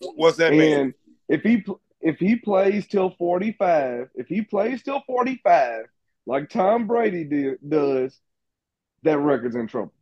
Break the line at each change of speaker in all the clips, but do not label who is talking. What's that mean?
And if he pl- if he plays till 45, if he plays till 45, like Tom Brady did, does, that record's in trouble.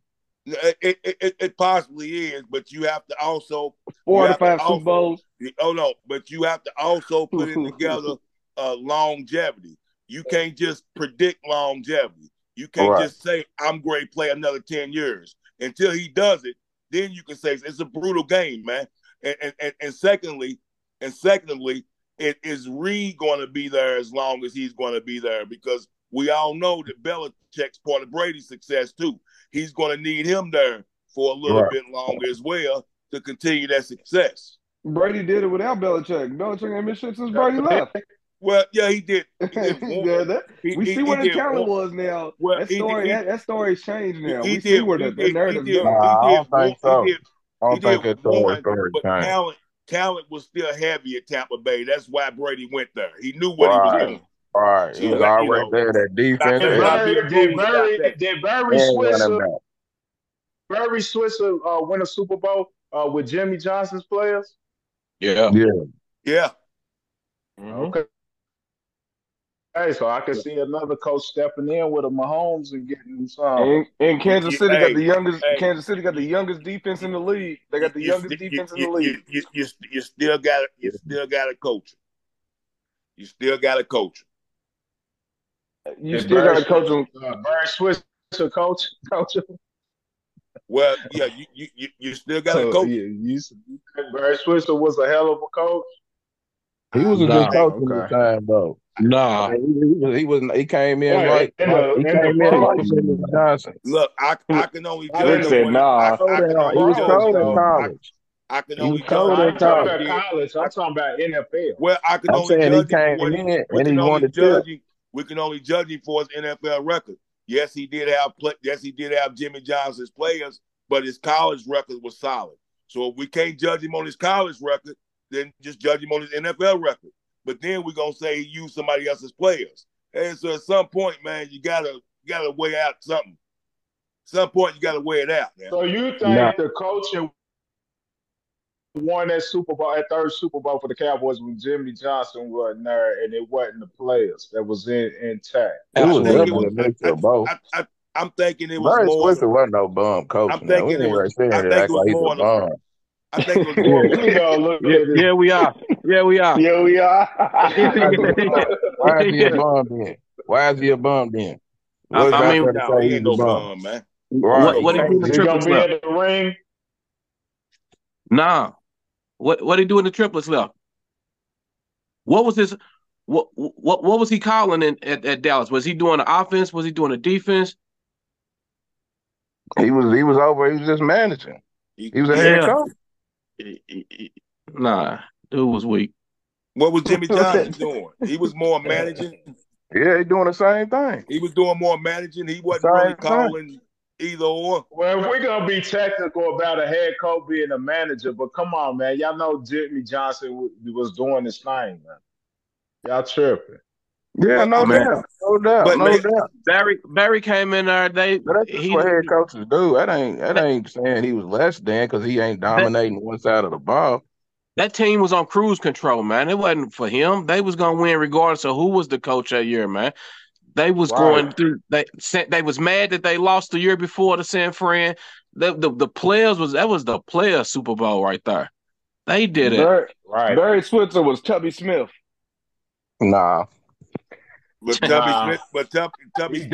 It, it, it, it possibly is, but you have to also
Four to
have to
five
also-
Super Bowls.
oh no, but you have to also put in together uh, longevity. You can't just predict longevity. You can't
Right.
just say I'm great, play another ten years until he does it. Then you can say it's a brutal game, man. And and and, and secondly, and secondly, it is Reed going to be there as long as he's going to be there because we all know that Belichick's part of Brady's success too. He's going to need him there for a little
Right.
bit longer as well to continue that success.
Brady did it without Belichick. Belichick ain't been shit since Brady left.
Well, yeah, he did. He did one.
Yeah, that-
He-
we
he-
see
he
what his
did
talent
one.
was now.
Well,
that
he did-
story,
he-
that, that story's changed now.
He
we
did.
see where
he
the, the
did-
narrative's
he did-
going.
Nah, I
he
don't
did one-
think so.
He did,
I
he
don't think
did
it's always
one,
story
but
changed.
talent, talent was still heavy at Tampa Bay. That's why Brady went there. He knew what he
Right.
was doing.
All right,
So,
it was
like,
already
you know,
there. That defense
I
Did
mean,
and,
I'd be
Barry,
a
did
fool to stop
Barry,
that.
did Barry
and running
Switzer,
back.
Barry Switzer uh, win a Super Bowl uh, with Jimmy Johnson's players?
Yeah.
Yeah,
Yeah,
Mhm.
Okay. Hey, so I could see another coach stepping in with a Mahomes and getting some.
And, and Kansas
You-
City got
hey,
the youngest.
hey.
Kansas City got the youngest defense in the league. They got the
You- you
youngest
st-
defense in
you-
the league.
You, you, you, you still got you still got to coach. him. You still got to coach. him.
You
Did
still got
Barry
to coach them.
Uh, Barry Switzer coach, coach.
Well, yeah, you you, you, you still got to
So,
coach. him.
yeah, you, you think Barry Switzer was a hell of a coach.
he was a
Nah,
good coach in the
okay.
time though.
Nah.
Like, he, he was, he was he came in
Right,
right.
and the-
he
and
came
the
in like
pros.
Jimmy Johnson.
Look, I, I can only
I
judge
didn't
him
say
when
nah.
I, I can only
He was
Pros,
judge
cold in
though.
I,
college.
I can
He was
only judge
cold
I
in
ain't talking
what
college.
he
about
did.
college. I'm talking about NFL.
Well, I can
I'm
only
saying he
judge him for
came
what he.
in
We
and
can
he
only
wanted to.
judge him. We can only judge him for his NFL record. Yes, he did have. Play, yes, he did have Jimmy Johnson's players, but his college record was solid. So if we can't judge him on his college record, then just judge him on his NFL record. But then we're gonna say he used somebody else's players. And so at some point, man, you gotta you gotta weigh out something. some point, you gotta weigh it out, man.
So you think
Nah.
the coaching won that Super Bowl, that third Super Bowl for the Cowboys when Jimmy Johnson wasn't there, and it wasn't the players that was in intact.
It
I
was
think it
definitely
was.
a mixture of both.
I, I, I'm thinking it was
Larry
more. of
Switzer
the-
wasn't no bum coach.
I'm
Now we
thinking it
ain't
was.
right saying
I
it
think
act
it
like
was
he's
more
a
on the.
bum.
I think it was more. of the-
We gonna look
Yeah,
at it.
yeah, we are. Yeah, we are.
Yeah, we are.
Why is he a
Yeah.
bum then? Why is he a bum then?
I-
What's
I
out
mean-
there to
No,
say
he
he's
ain't
a
no
bum?
bum, man.
Right.
What what he do in the
Is he gonna
triplets
be
left?
in the ring?
Nah. What what he do in the triplets left? What was his what what what was he calling in at, at Dallas? Was he doing the offense? Was he doing the defense?
He was he was over. He was just managing.
He-
He was a
he-
head
Yeah.
coach.
Nah, dude was weak.
What was Jimmy Johnson doing? He was more managing.
Yeah, he doing the same thing.
He was doing more managing. He wasn't
Sorry,
really
sorry.
calling either or.
Well, if we're gonna be technical about a head coach being a manager, but come on, man, y'all know Jimmy Johnson w- was doing his thing, man. Y'all tripping?
Yeah,
But
no
I
mean-
doubt, no doubt,
But
no
man-
doubt.
Barry Barry came in there. They
But that's just
he
what head coaches do. That ain't that ain't saying he was less than because he ain't dominating one side of the ball.
that team was on cruise control, man. It wasn't for him. They was gonna win regardless of who was the coach that year, man. They was
Right.
going through. They sent- they was mad that they lost the year before to San Fran. The, the the players was that was the player Super Bowl right there. They did it.
Barry,
Right.
Barry Switzer was Tubby Smith.
Nah,
But Tubby
Nah.
Smith, but Tubby, Tubby
He
Smith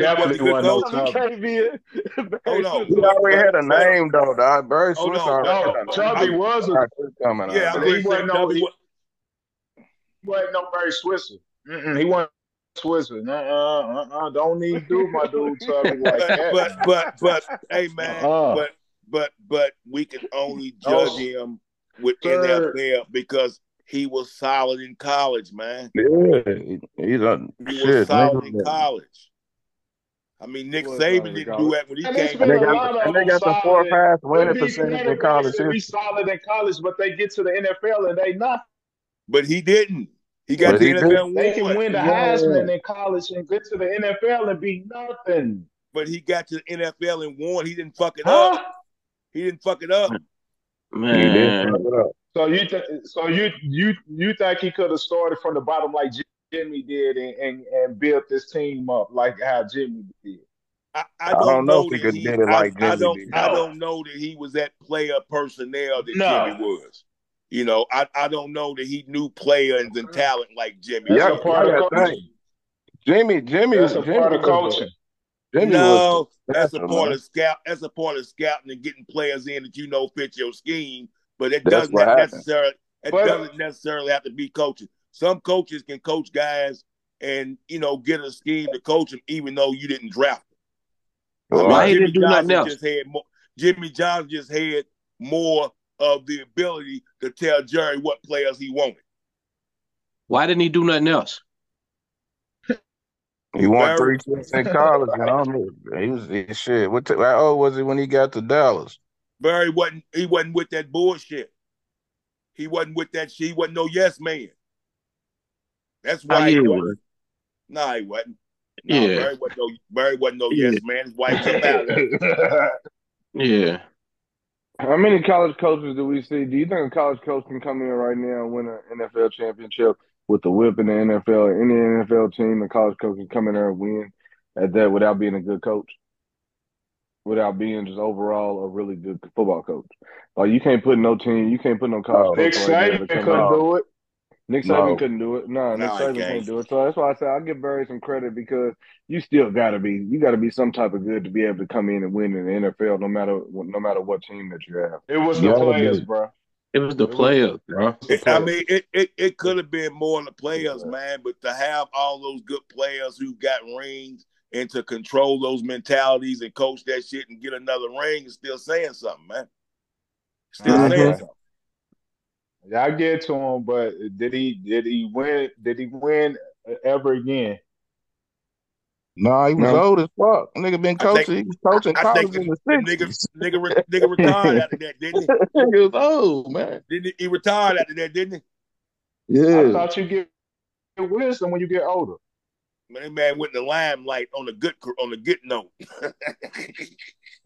wasn't
definitely
a good
wasn't no
coach.
He
Tubby.
can't be it. Barry
Hold on.
he
Switzer was-
already had a name though. Dog. Barry
Hold
Switzer
on.
already
No,
had a
Tubby
name.
was a
All right, it's coming out.
Yeah, I'm pretty
He
sure
wasn't no-
Tubby.
he-
was-
he wasn't no Barry Switzer. Mm-mm, he wasn't Switzer. Uh uh uh uh. Don't need to do my dude Tubby like
But
that.
but but but hey man,
Uh-uh.
but but but we can only
Oh.
judge him with
Sir.
NFL because he was solid in college, man.
Yeah, he- he's a
He was
shit.
solid in
nigga.
college. I mean, Nick
He was
Saban
solid
didn't
in
do
college.
that when he
And
came.
it's
And
been
they
a
back.
lot
got
of
and they
them
got the four or
solid.
five winning
These
percentage in
quarterbacks
college
should
history.
be solid in college, but they get to the NFL and they not.
But he didn't. He got
But
the
he did.
NFL
They can
one,
win the
Yeah.
Heisman in college and get to the NFL and be nothing.
but he got to the NFL and won. He didn't fuck it up.
Huh?
He didn't fuck it up.
He did
Man,
fuck it up.
So you th- so you you you think he could have started from the bottom like Jimmy did and, and, and built this team up like how Jimmy did.
I, I,
I
don't,
don't know if
know that
he could
he.
did it
I,
like
I
Jimmy
don't.
did.
I
No.
don't know that he was that player personnel that
No.
Jimmy was. You know, I, I don't know that he knew players and talent like Jimmy.
That's
Yeah,
a
did.
part
yeah, I
of
think
coaching.
Jimmy, Jimmy,
That's a
Jimmy
part of
was
coaching.
a, Jimmy was
No, that's a
special,
part
man.
of scout. That's a part of scouting and getting players in that you know fit your scheme. But it
That's
does
what
not
happened.
necessarily. It
But- uh,
doesn't necessarily have to be coaching. Some coaches can coach guys and you know get a scheme to coach them, even though you didn't draft them. I mean,
Why
Right.
he
Jimmy
didn't do nothing
Johnson
else?
just had more. Jimmy Johnson just had more of the ability to tell Jerry what players he wanted.
Why didn't he do nothing else?
He won
Barry,
three chips in college, and I don't know. He was he- shit. What? T- how old was he when he got to Dallas?
Barry wasn't. He wasn't with that bullshit. He wasn't with that. shit. He wasn't no yes man. That's
Oh,
why
yeah,
he
he
wasn't.
was.
No, he wasn't. No,
Yeah.
Barry wasn't no Barry wasn't no
Yeah.
yes man. His wife was out there.
Yeah.
How many college coaches do we see? Do you think a college coach can come in right now and win an NFL championship with the whip in the NFL? Any NFL team, a college coach can come in there and win at that without being a good coach, without being just overall a really good football coach. Like you can't put no team, you can't put no college
No,
Nick
coach right now
Saban
to come in
couldn't
no,
do it.
Nick Saban
no.
couldn't do it. No, Nick
No, he
Saban can't
can't.
do it. So that's why I say I'll give Barry some credit because you still gotta be you gotta be some type of good to be able to come in and win in the NFL no matter no matter what team that you have.
It was the
Gotta
players,
be.
bro.
It was the
It was
players, bro.
the
It- I
players.
mean, it, it, it could have been more on the players, man, but to have all those good players who got rings and to control those mentalities and coach that shit and get another ring is still saying something, man. Still
I
saying
get,
Mhm.
something.
yeah, I get to him, but did he did he win? Did he win ever again?
Nah, he was
No.
old as fuck. Nigga been
I think
coaching. He was coaching
I think
college
the,
in the
the nigga
sixties.
nigga re- nigga retired after that, didn't he?
he was old, man.
Didn't he? He retired after that, didn't he?
I
Yeah.
thought you get wisdom when you get older.
Man, that man went in the limelight on a good on a good note.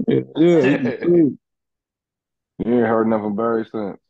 Yeah, yeah, he was
yeah,
big.
You ain't heard nothing from Barry since.